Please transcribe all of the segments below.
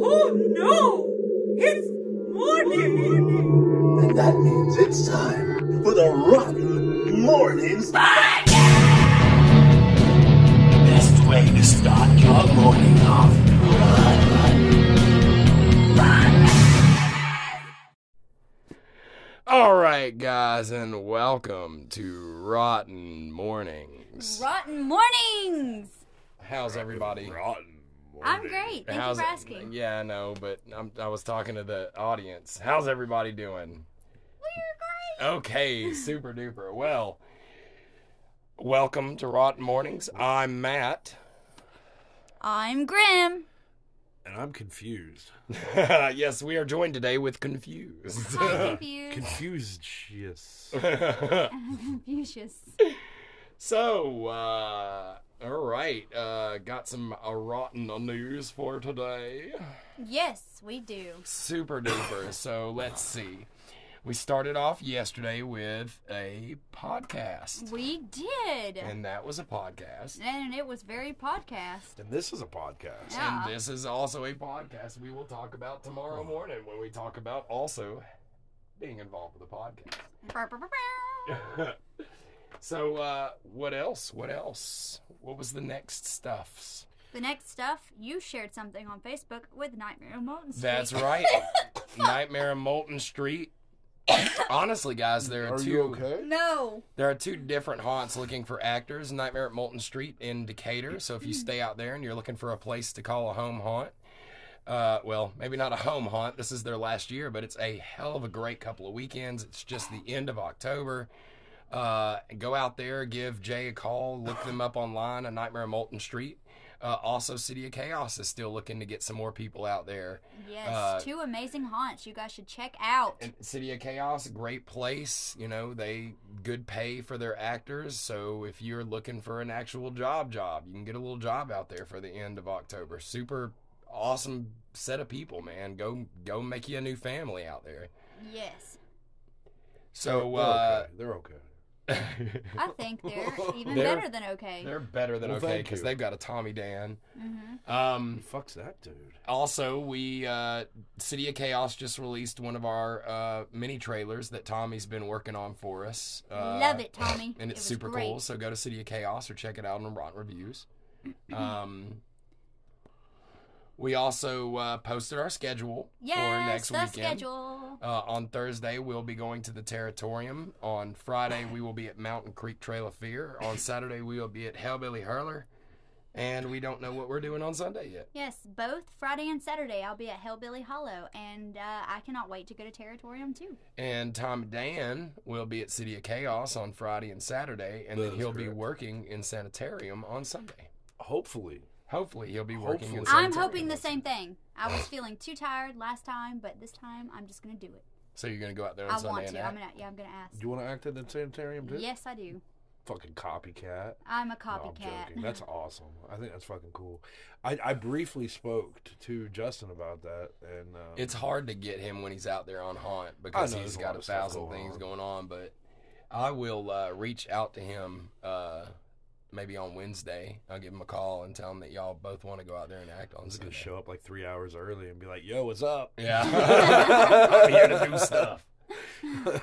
Oh no! It's morning! And that means it's time for the Rotten Mornings Podcast! Best way to start your morning off. All right, guys, and welcome to Rotten Mornings. Rotten mornings. How's everybody? I'm great. Thank How's you for asking. Yeah, I know, but I'm, I was talking to the audience. How's everybody doing? We're Okay, super duper. Well, welcome to Rotten Mornings. I'm Matt. great. I'm Grim. And I'm confused. yes, we are joined today with Confused. I'm confused. Confused, yes. Confucius. So, uh, all right, uh, got some uh, rotten news for today. Yes, we do. Super duper. So let's see. We started off yesterday with a podcast, We did. and that was a podcast. And it was very podcast. And this is a podcast. Yeah. And this is also a podcast we will talk about tomorrow morning when we talk about also being involved with the Brr, brr, brr, brr. podcast. so, uh, what else? What else? What was the next stuffs? The next stuff, you shared something on Facebook with Nightmare on Molten Street. That's right. Nightmare on Molten Street. Honestly, guys, there are, Are two. you okay? No. There are two different haunts looking for actors Nightmare at Molten Street in Decatur. So if you stay out there and you're looking for a place to call a home haunt, uh, well, maybe not a home haunt. This is their last year, but it's a hell of a great couple of weekends. It's just the end of October. Uh, go out there, give Jay a call, look them up online, A Nightmare at Molten Street. Uh, also, City of Chaos is still looking to get some more people out there. Yes, Uh, two amazing haunts you guys should check out. And City of Chaos, great place. You know, they good pay for their actors. So if you're looking for an actual job, job, you can get a little job out there for the end of October. Super awesome set of people, man. Go go make you a new family out there. Yes. So They're uh, okay. They're Oh, okay. I think they're even They're- better than okay. they're better than Well, okay okay thank because you. they've got a Tommy Dan. hmm Um, Who the fuck's that dude? also we uh city of chaos just released one of our uh mini trailers that tommy's been working on for us uh, Love it, Tommy. and It it's was super great. cool so go to city of chaos or check it out on rotten reviews um we also uh posted our schedule for Yes, next the weekend schedule. Uh, on Thursday, we'll be going to the Territorium. On Friday, we will be at Mountain Creek Trail of Fear. On Saturday, we will be at Hellbilly Hurler. And we don't know what we're doing on Sunday yet. Yes, both Friday and Saturday I'll be at Hellbilly Hollow, and uh, I cannot wait to go to Territorium too. And Tom Dan will be at City of Chaos on Friday and Saturday, and That then is he'll be correct. working in Sanitarium on Sunday. Hopefully. Hopefully, he'll be working in Hopefully. Sanitarium. I'm hoping the on same Sunday. thing. I was feeling too tired last time, but this time I'm just gonna do it. So you're gonna go out there on I Sunday want and to. I'm act? gonna. Yeah, I'm gonna ask. Do you want to act in the sanitarium, dude? Yes, I do. Fucking copycat. I'm a No, copycat. I'm joking. That's awesome. I think that's fucking cool. I, I briefly spoke t- to Justin about that, and uh, It's hard to get him when he's out there on haunt because know there's he's a got lot a of stuff thousand going things on. going on. But I will uh, reach out to him uh, maybe on Wednesday. I'll give him a call and tell him that y'all both want to go out there and act on I'm just Sunday. gonna show up like three hours early and be like, "Yo, what's up?" Yeah. I'm here to do stuff.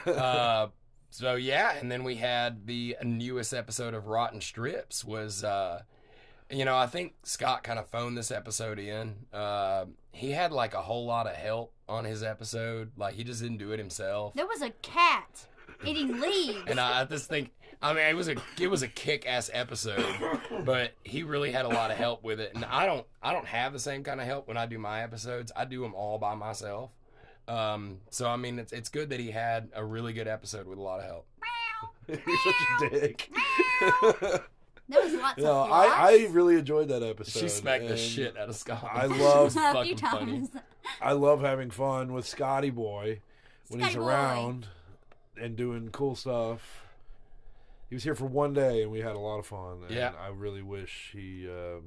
Uh, so yeah, and then we had the newest episode of Rotten Strips was uh you know, I think Scott kind of phoned this episode in. Uh, he had like a whole lot of help on his episode. Like he just didn't do it himself. There was a cat eating leaves. And I, I just think, I mean, it was a it was a kick ass episode, but he really had a lot of help with it. And I don't I don't have the same kind of help when I do my episodes. I do them all by myself. Um, so I mean, it's it's good that he had a really good episode with a lot of help. You're such a dick. there was lots No, of flops. I, I really enjoyed that episode. She smacked the and shit out of Scott. I It love- was a few fucking funny. times. I love having fun with Scotty Boy when he's Scotty Boy. around and doing cool stuff. He was here for one day and we had a lot of fun. And Yeah. I really wish he uh,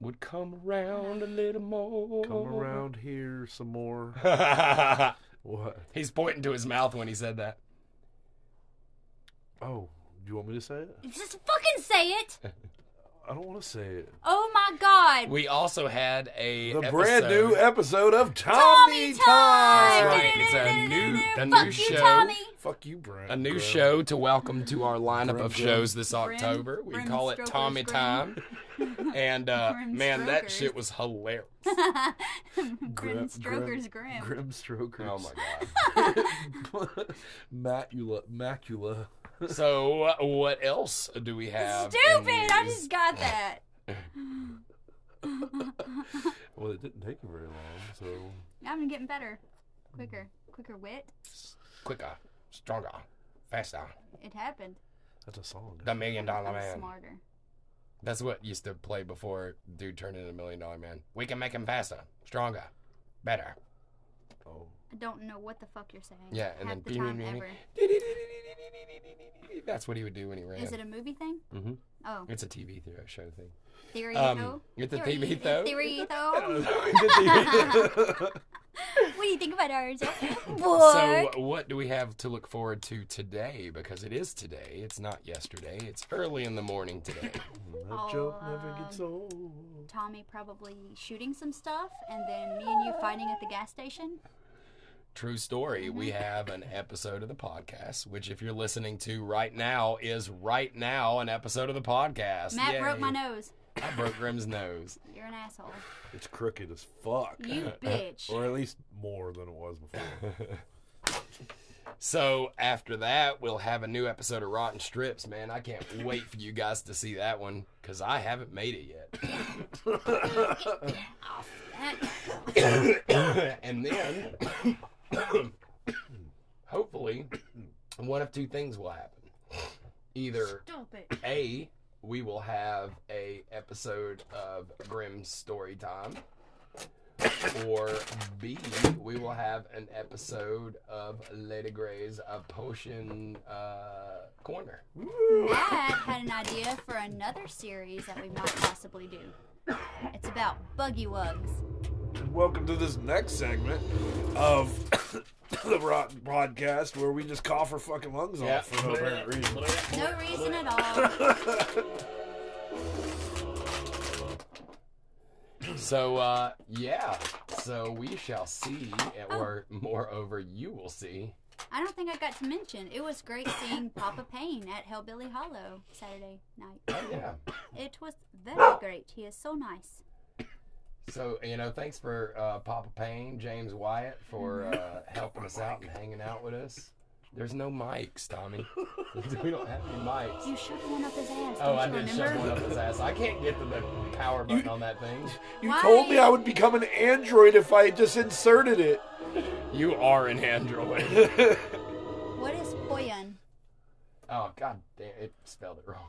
Would come around a little more. come around here some more. around. What? He's pointing to his mouth when he said that. Oh, do you want me to say it? Just fucking say it. I don't want to say it. Oh my God. We also had a The episode- brand new episode of Tommy, Tommy time. That's Time. right. It's a new a Fuck new you, show. Tommy. Fuck you, Brent. A new Brent. show to welcome to our lineup of Brim, shows this Brim, October. We Brim call it Stroker's Tommy Brim. Time. And uh, Brim man, that Stroker's. shit was hilarious. Grim Stroker's Grim. Grim. Grim Stroker's. Oh my god. god. Macula. Macula. So uh, what else do we have? in Stupid! I these? just got that. Well, it didn't take very long, so. I'm getting better. Quicker. Quicker wit. quicker, stronger, faster. It happened. That's a song. uh, The Million Dollar I'm Oh, Man. smarter. That's what used to play before dude turned into a Million Dollar Man. We can make him faster, stronger, better. Oh. I don't know what the fuck you're saying. Yeah, and Half then the time ever. That's what he would do when he ran. Is it a movie thing? Mhm. Oh, It's a TV th- show thing. theory Um, though. it's a Theory- TV though. Theory though. what do you think about ours? So, Boy. what do we have to look forward to today? Because it is today. It's not yesterday. It's early in the morning today. That Oh, joke never um, gets old. Tommy probably shooting some stuff, and then me and you fighting at the gas station. True story. We Mm-hmm. have an episode of the podcast, which, if you're listening to right now, is right now an episode of the podcast. Matt Yay. broke my nose. I broke Grim's nose. You're an asshole. It's crooked as fuck. Uh, You bitch. Or at least more than it was before. So after that, we'll have a new episode of Rotten Strips. Man, I can't wait for you guys to see that one because I haven't made it yet. and then, hopefully, one of two things will happen. Either Stop it. A, we will have a episode of Grim's Story Time. Or B, we will have an episode of Lady Gray's uh, Potion uh, Corner. Matt had an idea for another series that we might possibly do. It's about buggy wugs. And welcome to this next segment of the Rotten Podcast where we just cough our fucking lungs Yeah. off for no apparent reason. No reason at all. So, uh, yeah. So we shall see, or moreover, you will see. I don't think I got to mention. It was great seeing Papa Payne at Hellbilly Hollow Saturday night. Yeah. It was very great. He is so nice. So, you know, thanks for uh, Papa Payne, James Wyatt, for uh, helping us out and hanging out with us. There's no mics, Tommy. we don't have any mics. You shoved one up his ass. Oh, don't I you did remember? shove one up his ass. I can't get to the power button on that thing. You Why? told me I would become an android if I just inserted it. You are an android. What is poyon? oh god damn! It spelled it wrong.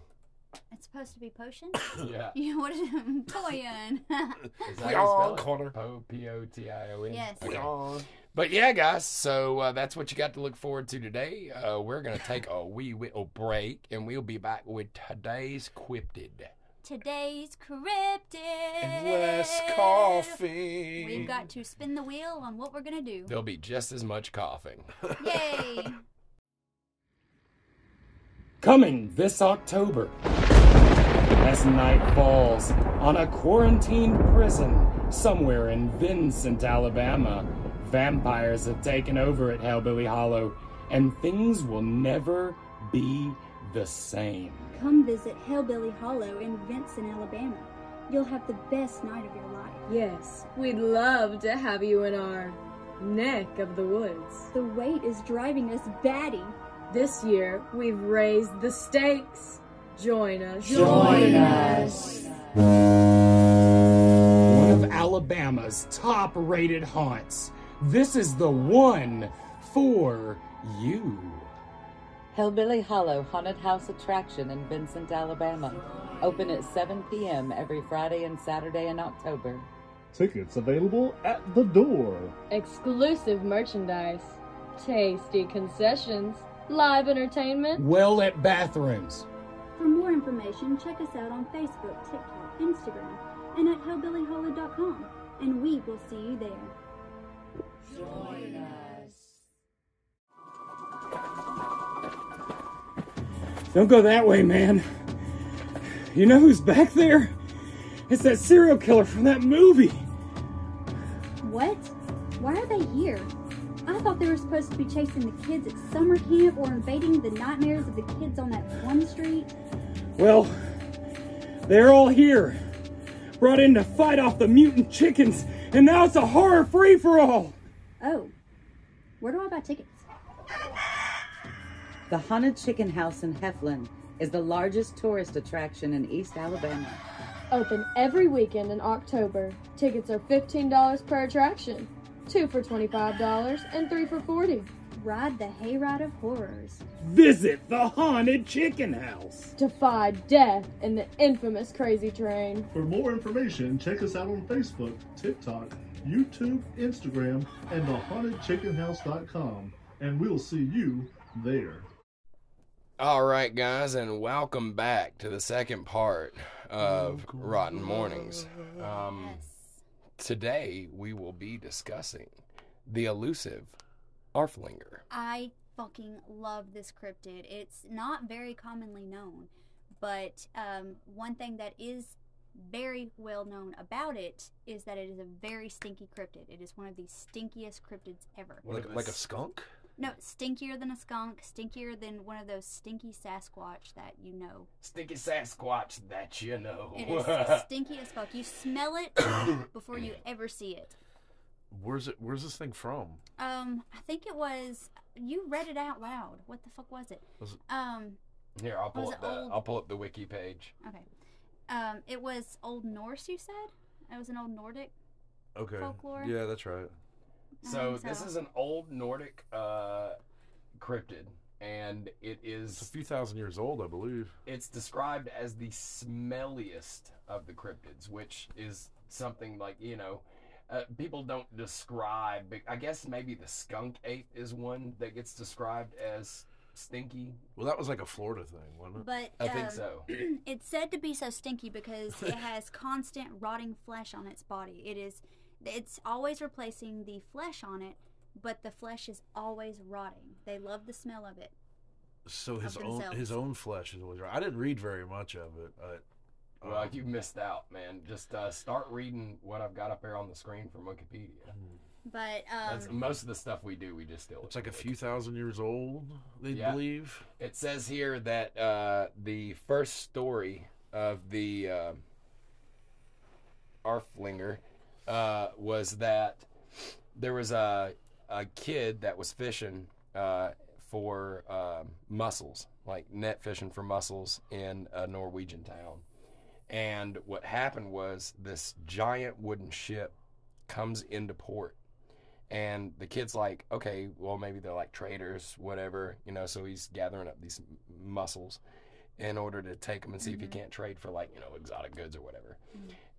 It's supposed to be potion. Yeah. Yeah, what is poyon? Is that how you spell it? Connor. Po- P-O-T-I-O-N? Yes. Okay. Aw. But yeah, guys. So uh, that's what you got to look forward to today. Uh, we're gonna take a wee little break, and we'll be back with today's quipted. Today's cryptid. And less coughing. We've got to spin the wheel on what we're gonna do. There'll be just as much coughing. Yay! Coming this October. As night falls on a quarantined prison somewhere in Vincent, Alabama, vampires have taken over at Hellbilly Hollow, and things will never be the same. Come visit Hellbilly Hollow in Vinson, Alabama. You'll have the best night of your life. Yes, we'd love to have you in our neck of the woods. The wait is driving us batty. This year, we've raised the stakes. Join us. Join us. One of Alabama's top rated haunts. This is the one for you. Hellbilly Hollow Haunted House Attraction in Vincent, Alabama. Open at 7 p.m. every Friday and Saturday in October. Tickets available at the door. Exclusive merchandise, tasty concessions, live entertainment. Well lit bathrooms. For more information, check us out on Facebook, TikTok, Instagram, and at hellbillyhollow.com, and we will see you there. Don't go that way, man. You know who's back there? It's that serial killer from that movie. What? Why are they here? I thought they were supposed to be chasing the kids at summer camp or invading the nightmares of the kids on that one street. Well, they're all here. Brought in to fight off the mutant chickens, and now it's a horror free for all. Oh, where do I buy tickets? The Haunted Chicken House in Heflin is the largest tourist attraction in East Alabama. Open every weekend in October. Tickets are $15 per attraction, two for $25 and three for 40 Ride the hayride of horrors. Visit the Haunted Chicken House. Defy death and the infamous crazy train. For more information, check us out on Facebook, TikTok, YouTube, Instagram, and thehauntedchickenhouse.com, and we'll see you there. All right, guys, and welcome back to the second part of Rotten Mornings. Um, Today, we will be discussing the elusive Arflinger. I fucking love this cryptid. It's not very commonly known, but um, one thing that is very well known about it is that it is a very stinky cryptid. It is one of the stinkiest cryptids ever. Like, like a skunk? No, stinkier than a skunk, stinkier than one of those stinky Sasquatch that you know. Stinky Sasquatch that you know. It is stinky as fuck. You smell it before you ever see it. Where's it? Where's this thing from? Um, I think it was you read it out loud. What the fuck was it? Was it- Um, Here, I'll Was pull it up the old? I'll pull up the wiki page. okay. Um, it was Old Norse. You said it was an Old Nordic. Okay. Folklore? Yeah, that's right. I So think this so. is an old Nordic uh, cryptid, and it is It's a few thousand years old, I believe. it's described as the smelliest of the cryptids, which is something like you know. Uh, people don't describe. but I guess maybe the skunk ape is one that gets described as stinky. Well, that was like a Florida thing, wasn't it? But Mm, I think um, so. it's said to be so stinky because it has constant rotting flesh on its body. It is, it's always replacing the flesh on it, but the flesh is always rotting. They love the smell of it. So his Of own themselves. his own flesh is always right. I didn't read very much of it. I, Well, um, you missed out, man. Just uh, start reading what I've got up there on the screen from Wikipedia. But That's um, most of the stuff we do. We just still. it's like a few thousand years old. They Yeah. believe. It says here that uh, the first story of the uh, Arflinger uh, was that there was a a kid that was fishing uh, for um mussels, like net fishing for mussels in a Norwegian town. And what happened was this giant wooden ship comes into port and the kid's like, okay, well, maybe they're like traders, whatever, you know. So he's gathering up these m- muscles in order to take them and see if he can't trade for like, you know, exotic goods or whatever.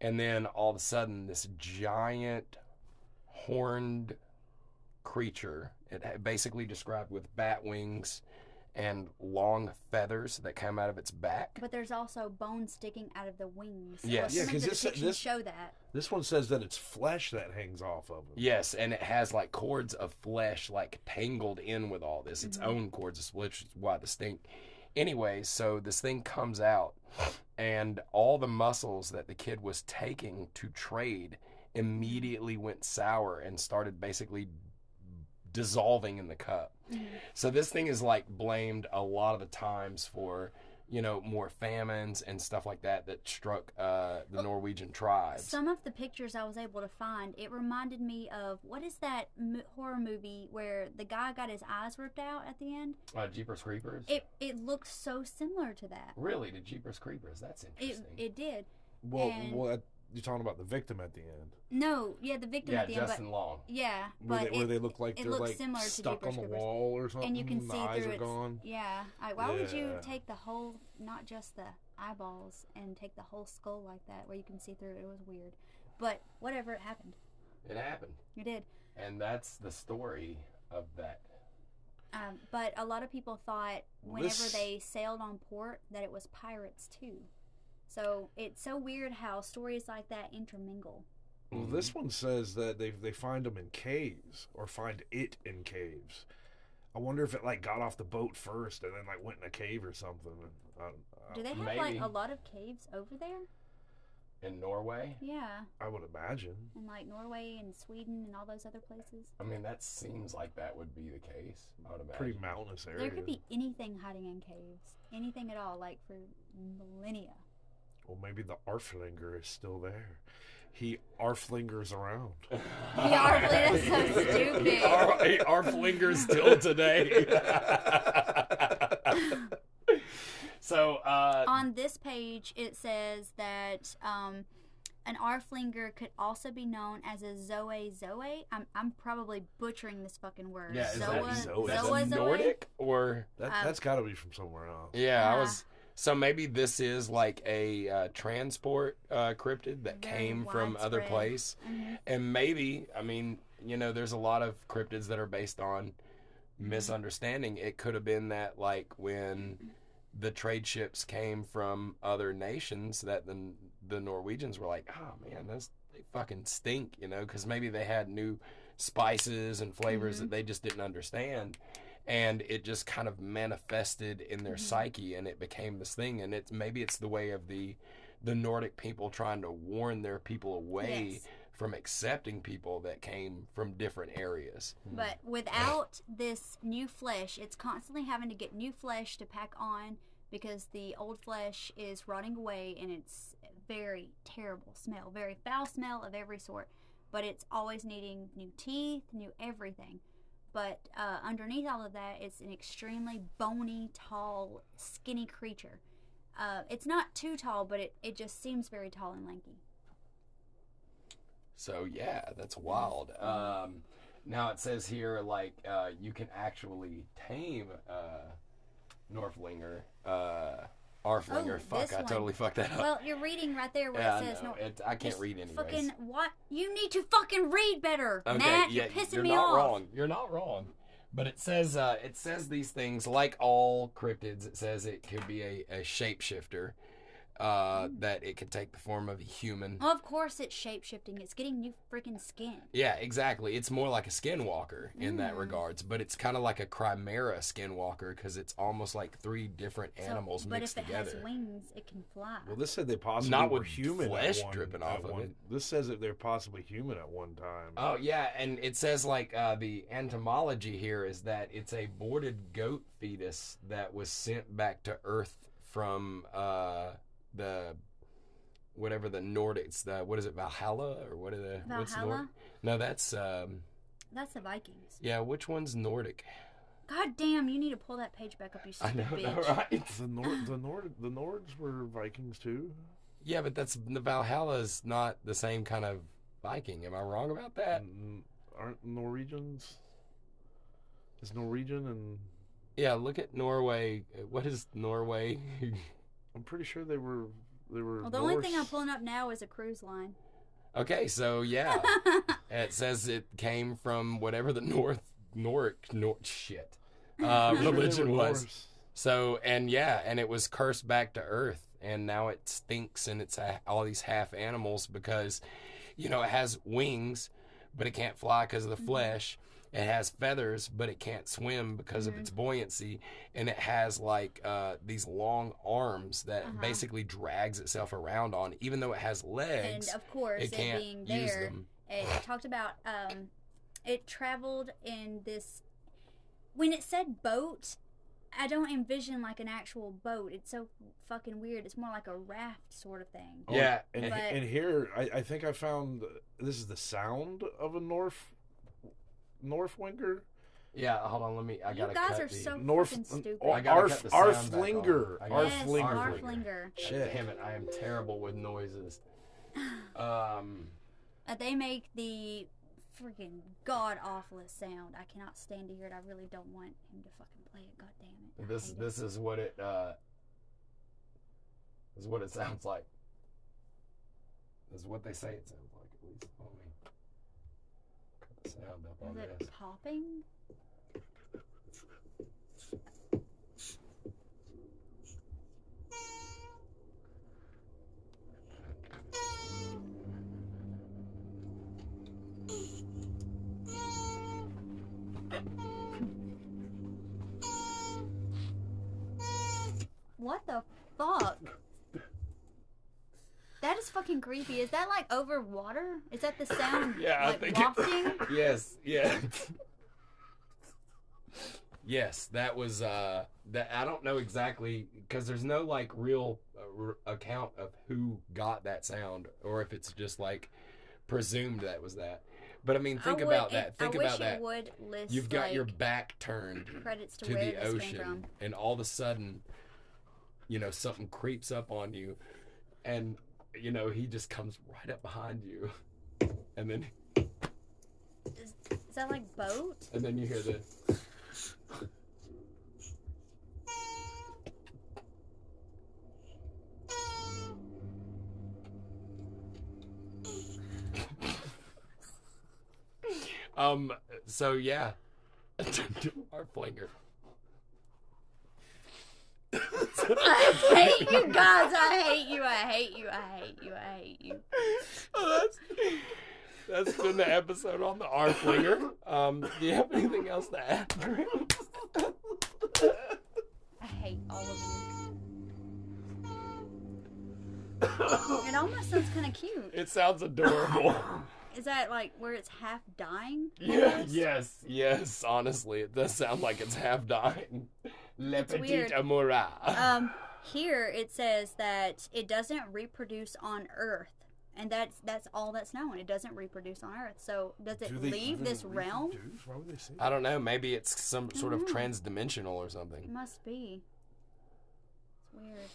And then all of a sudden, this giant horned creature, it ha- basically described with bat wings and long feathers that come out of its back. but there's also bone sticking out of the wings. Yes. Yeah, yeah, 'cause because this- this, this- show that. This one says that it's flesh that hangs off of him. Yes, and it has like cords of flesh like tangled in with all this, its Mhm. own cords of flesh, which is why distinct. Anyway, so this thing comes out, and all the muscles that the kid was taking to trade immediately went sour and started basically dissolving in the cup. So this thing is like blamed a lot of the times for, you know, more famines and stuff like that that struck uh, the Norwegian tribes. Some of the pictures I was able to find, it reminded me of what is that m- horror movie where the guy got his eyes ripped out at the end? uh, Jeepers Creepers. It it looks so similar to that. Really, the Jeepers Creepers. That's It interesting. it did. Well, And- well, you're talking about the victim at the end. No, yeah, the victim Yeah, at the end. Justin but, Long. Yeah, Where but they, where it- they look like it they're looks like similar to stuck Jeepers on the Creepers. wall or something. Mm, and you can the see eyes through are its gone. yeah. Like, why would you Yeah. take the whole, not just the eyeballs, and take the whole skull like that, where you can see through it? It was weird, but whatever, it happened. It happened, It did. and that's the story of that. Um, but a lot of people thought whenever This- they sailed on port that it was pirates too. So it's so weird how stories like that intermingle. Well, this one says that they they find them in caves or find it in caves. I wonder if it like got off the boat first and then like went in a cave or something. I, I, Do they have like a lot of caves over there? in Norway? Yeah, I would imagine. in like Norway and Sweden and all those other places. I mean, that seems like that would be the case. I would imagine. Pretty mountainous There could be anything hiding in caves, anything at all, like for millennia. Well, maybe the Arflinger is still there. He Arflingers around. He Arflingers- that's so stupid. He ar- he Arflingers till today. so, uh, on this page, it says that um, an Arflinger could also be known as a Zoe Zoe. I'm, I'm probably butchering this fucking word. yeah, is that Zoe? That's Zoe? Nordic or That, Um, that's got to be from somewhere else. Yeah, I was. So maybe this is like a uh, transport uh, cryptid that came from other widespread. place, Mm-hmm. and maybe I mean you know there's a lot of cryptids that are based on misunderstanding. It could have been that like when the trade ships came from other nations that the the Norwegians were like, oh man, those they fucking stink, you know, because maybe they had new spices and flavors that they just didn't understand and it just kind of manifested in their psyche and it became this thing and it's maybe it's the way of the the nordic people trying to warn their people away Yes. from accepting people that came from different areas But without this new flesh, it's constantly having to get new flesh to pack on because the old flesh is rotting away and it's very terrible smell, very foul smell of every sort. But it's always needing new teeth, new everything. But uh, underneath all of that, it's an extremely bony, tall, skinny creature. Uh, it's not too tall, but it, it just seems very tall and lanky. so yeah that's wild Mm-hmm. um now it says here like uh you can actually tame uh northlinger uh arflinger Oh, fuck this i one. totally fucked that up Well, you're reading right there where Uh, yeah, it I says know. no. It- I can't Just read anyways. Fucking what? You need to fucking read better, Matt. you're yeah, pissing you're me not off. wrong. You're not wrong. But it says uh, it says these things like all cryptids. It says it could be a, a shapeshifter, uh, Mm. that it could take the form of a human. Of course, it's shape shifting. It's getting new freaking skin. Yeah, exactly. It's more like a skinwalker in Mm. that regards, but it's kind of like a chimera skinwalker because it's almost like three different So- animals but mixed if it together. has wings, it can fly. Well, this said they possibly Not were with human at flesh one- dripping at off of one- it. This says that they're possibly human at one time. Oh yeah, and it says like uh, the entomology here is that it's a boarded goat fetus that was sent back to Earth from uh, the whatever the Nordics. The what is it Valhalla or what are the what's Valhalla? Nord- No, that's um, That's the Vikings. yeah. Which one's Nordic? God damn, you need to pull that page back up, you I stupid know, bitch. right? The Nord, the Nord, the Nords were Vikings too. Yeah, but that's the Valhalla's not the same kind of Viking. Am I wrong about that? N- Aren't Norwegians? Is Norwegian and Yeah, look at Norway. What is Norway? I'm pretty sure they were they were. Well, the only thing I'm Norse. pulling up now is a cruise line. Okay, so yeah, it says it came from whatever the North Noric Nor shit uh, I'm sure they religion were was. Norse. So and yeah, and it was cursed back to Earth, and now it stinks, and it's a, all these half animals because, you know, it has wings, but it can't fly because of Mm-hmm. the flesh. It has feathers, but it can't swim because Mm-hmm. of its buoyancy, and it has like uh, these long arms Uh-huh. that basically drags itself around on, even though it has legs. and of course it it, can't being use there them. it talked about um it traveled in this when it said boat i don't envision like an actual boat it's so fucking weird it's more like a raft sort of thing Oh, Yeah, and, but- and here I, I think I found this is the sound of a north northwinger. Yeah, hold on. Let me. I You gotta guys cut are the- so fucking North stupid oh, I gotta Arf, cut the sound back on. Arflinger. I gotta- yes Arflinger. arflinger Shit. Damn it! I am terrible with noises. Um, Uh, they make the freaking god awfulest sound i cannot stand to hear it i really don't want him to fucking play it god damn it I this hate it. this is what it uh, is what it sounds like. This is what they say it sounds like at least. Let me cut the sound up on is this. it popping What the fuck? That is fucking creepy. Is that like over water? Is that the sound? Yeah, like I think wafting? it, Yes, yeah. yes, that was uh that I don't know exactly cuz there's no like real uh, r- account of who got that sound or if it's just like presumed that was that. But I mean, think I would- about that. I Think wish about that. It would list You've got your like, back turned credits to, to where the this came ocean from. and all of a sudden you know something creeps up on you and you know he just comes right up behind you and then Is that like boat? and then you hear the um so yeah our flinger I hate you guys. I hate you. I hate you. I hate you. I hate you. Oh, That's been the episode on the R flinger. Um, do you have anything else to add? I hate all of you. It almost sounds kind of cute. It sounds adorable. Is that like where it's half dying? yeah, yes, yes. Honestly, it does sound like it's half dying. Le weird. petit amoura. um, here it says that it doesn't reproduce on Earth, and that's that's all that's known. It doesn't reproduce on Earth. So does it Do they leave even this realm? Why would they say I don't know. Maybe it's some sort of Mhm. transdimensional or It something. must be. It's weird.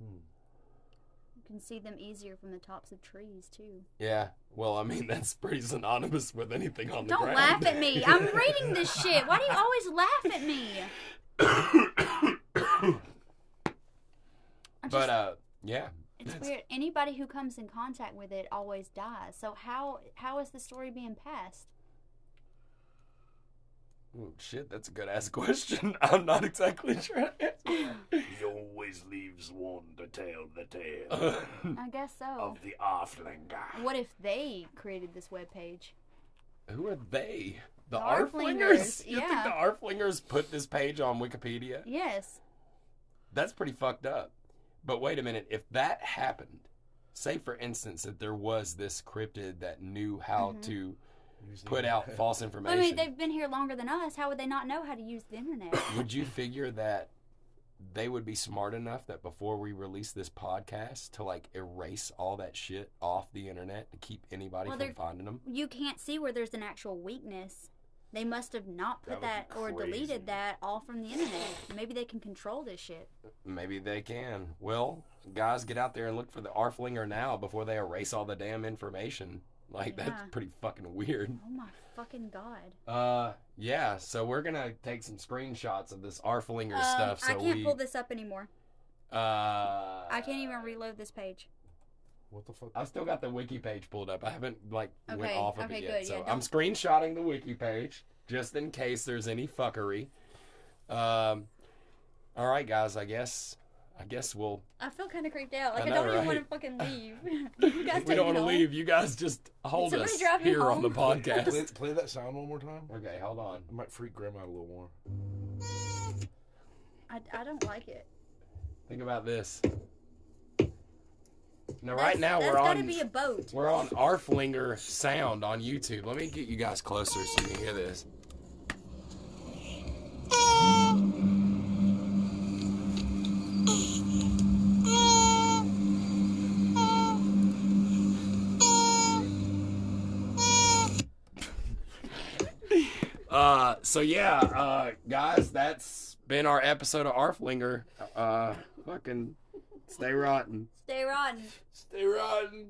You can see them easier from the tops of trees too. Yeah. Well, I mean, that's pretty synonymous with anything on Don't the ground. laugh at me. I'm reading this shit. Why do you always laugh at me? But uh, yeah. It's weird. Anybody who comes in contact with it always dies. So how how is the story being passed? Ooh, shit, that's a good ass question. I'm not exactly sure. He always leaves one to tell the tale Hmm. I guess so. of the Arflinger. Oh. What if they created this webpage? Who are they? The, The Arflingers? Arflingers, You yeah. think the Arflingers put this page on Wikipedia? Yes. That's pretty fucked up. But wait a minute, if that happened, say for instance that there was this cryptid that knew how Mhm. to put out false I information, mean, they've been here longer than us. How would they not know how to use the internet? would you figure that they would be smart enough that before we release this podcast to like erase all that shit off the internet to keep anybody Well, from they're- finding them? you can't see where there's an actual weakness. They must have not put that, That or would be crazy. deleted that all from the internet. Maybe they can control this shit. Maybe they can. Well, guys, get out there and look for the Arflinger now before they erase all the damn information. Like, that's Yeah. pretty fucking weird. Oh my fucking god. Uh, yeah, so we're gonna take some screenshots of this Arflinger Um, stuff. So I can't we, pull this up anymore. Uh, I can't even reload this page. What the fuck? I've still got the wiki page pulled up. I haven't, like, went Okay, off of okay, it yet. good, so yeah, I'm screenshotting the wiki page just in case there's any fuckery. Um, all right, guys, I guess, I guess we'll I feel kind of creeped out. I Like I, know, don't even right? want to fucking leave. you guys we take don't me want to home? leave. You guys just hold somebody us drive me here on the home? Play, podcast. play that sound one more time. okay, hold on. It might freak Grandma out a little more. I, I don't like it. Think about this. Now, That's- right now that's we're gotta on be a boat. we're on Arflinger Sound on YouTube. Let me get you guys closer so you can hear this. Uh, so yeah, uh, guys, that's been our episode of Arflinger. Uh, fucking stay rotten. Stay rotten. Stay rotten.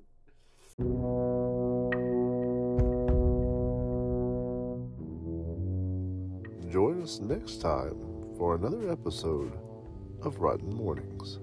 Join us next time for another episode of Rotten Mornings.